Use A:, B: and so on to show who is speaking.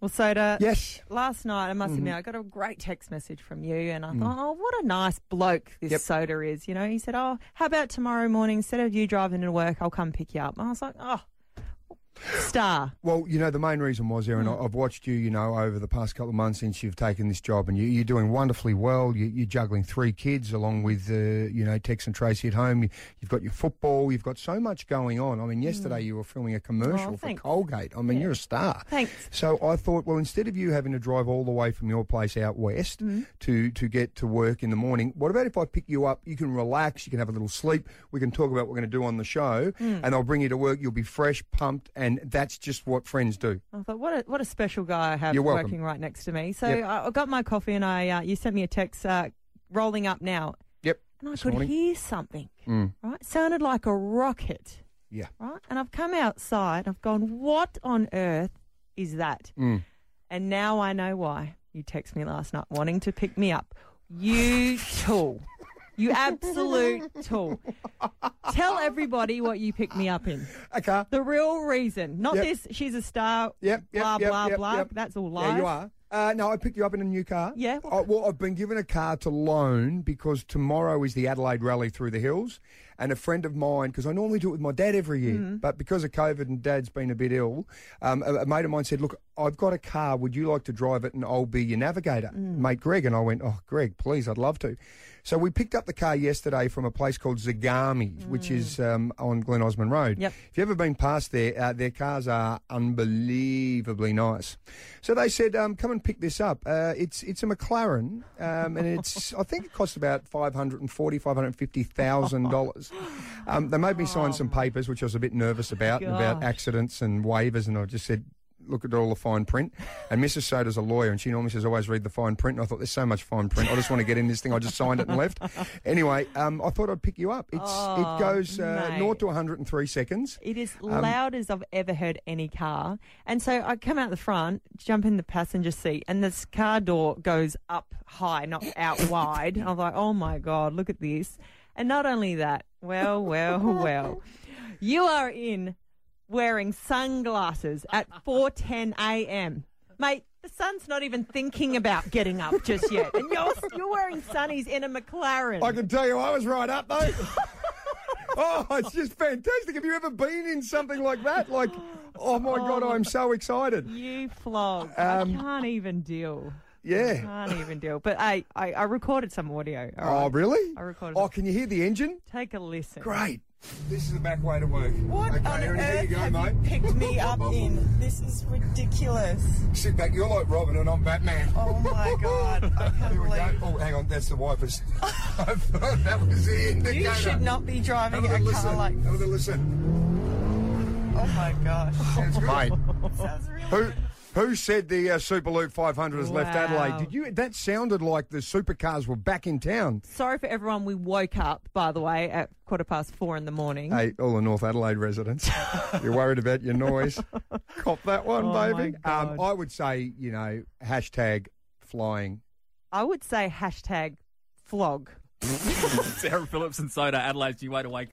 A: Well, Soda,
B: Yes. Mm-hmm.
A: last night, I must admit, I got a great text message from you, and I thought, oh, what a nice bloke this
B: Mm. Yep.
A: Soda is. You know, he said, oh, how about tomorrow morning, instead of you driving to work, I'll come pick you up. And I was like, oh, star.
B: Well, you know, the main reason was, Erin, I I've watched you, you know, over the past couple of months since you've taken this job, and you, you're doing wonderfully well. You, you're juggling three kids along with, uh, you know, Tex and Tracy at home. You, you've got your football. You've got so much going on. I mean, yesterday you were filming a commercial
A: Oh,
B: for
A: thanks.
B: Colgate. I mean, you're a star.
A: Thanks.
B: So I thought, well, instead of you having to drive all the way from your place out west
A: Mm.
B: to, to get to work in the morning, what about if I pick you up? You can relax, you can have a little sleep, we can talk about what we're going to do on the show,
A: Mm.
B: and I'll bring you to work. You'll be fresh, pumped, and that's just what friends do.
A: I thought, what a, what a special guy I have
B: You're welcome.
A: working right next to me. So
B: Yep.
A: I, I got my coffee, and I uh, you sent me a text uh, rolling up now,
B: Yep.
A: and I
B: This
A: could
B: morning.
A: hear something.
B: Mm.
A: Right, sounded like a rocket.
B: Yeah.
A: Right, and I've come outside. I've gone, what on earth is that?
B: Mm.
A: And now I know why you text me last night wanting to pick me up. You tool. You absolute tool. Tell everybody what you picked me up in.
B: Okay.
A: The real reason. Not
B: Yep.
A: this, she's a star,
B: Yep, yep,
A: blah,
B: yep,
A: blah,
B: yep,
A: blah.
B: yep.
A: That's all lies.
B: Yeah, you are. Uh, no, I picked you up in a new car.
A: Yeah.
B: I, well, I've been given a car to loan because tomorrow is the Adelaide Rally through the hills, and a friend of mine, because I normally do it with my dad every year, but because of COVID and Dad's been a bit ill, um, a, a mate of mine said, "Look, I've got a car. Would you like to drive it, and I'll be your navigator, mate, Greg?" And I went, "Oh, Greg, please, I'd love to." So we picked up the car yesterday from a place called Zagami, which is um, on Glen Osmond Road.
A: Mm. Yep.
B: If you've ever been past there, uh, their cars are unbelievably nice. So they said, um, "Come and pick this up. Uh, it's it's a McLaren, um, and it's I think it costs about five hundred and forty, five hundred fifty thousand dollars."
A: Oh.
B: Um, they made me sign some papers, which I was a bit nervous about about
A: Gosh.
B: accidents and waivers, and I just said. Look at all the fine print. And Mrs. Soda's a lawyer, and she normally says, always read the fine print. And I thought, there's so much fine print. I just want to get in this thing. I just signed it and left. Anyway, um, I thought I'd pick you up. It's,
A: Oh,
B: it goes uh,
A: mate.
B: naught to 103 seconds.
A: It is
B: Um,
A: loud as I've ever heard any car. And so I come out the front, jump in the passenger seat, and this car door goes up high, not out wide. I'm like, oh my God, look at this. And not only that, well, well, well, you are in wearing sunglasses at 4.10 a.m. Mate, the sun's not even thinking about getting up just yet. And you're, you're wearing sunnies in a McLaren.
B: I can tell you, I was right up though. oh, it's just fantastic. Have you ever been in something like that? Like, oh my god, I'm so excited.
A: you flog.
B: Um,
A: I can't even deal.
B: Yeah.
C: Uh,
A: can't even deal. But I, I, I recorded some audio. all
B: Oh,
A: right?
B: really?
A: I recorded
B: Oh,
A: it.
B: can you hear the engine?
A: Take a listen.
B: Great. This is the back way to work.
C: What on earth have you picked me up in? This is ridiculous.
B: Sit back. You're like Robin, and I'm Batman.
C: Oh my god, I can't
B: Here we go.
C: believe.
B: Oh, hang on. That's the wipers. I thought that was the indicator.
C: You should not be
B: Have
C: driving
B: a
C: a
B: little
C: car
B: listen.
C: like.
B: Have a little listen.
C: Oh my gosh,
B: Sounds good.
C: sounds really.
B: Who who said the uh, Super Loop 500 has left
A: Wow.
B: Adelaide? Did you? That sounded like the supercars were back in town.
A: Sorry for everyone. We woke up, by the way, at quarter past four in the morning.
B: Hey, all the North Adelaide residents, you're worried about your noise. Cop that one,
A: Oh, my
B: baby. Um,
A: God.
B: I would say, you know, hashtag flying.
A: I would say hashtag flog.
D: Sarah Phillips and Soda, Adelaide's new way to wake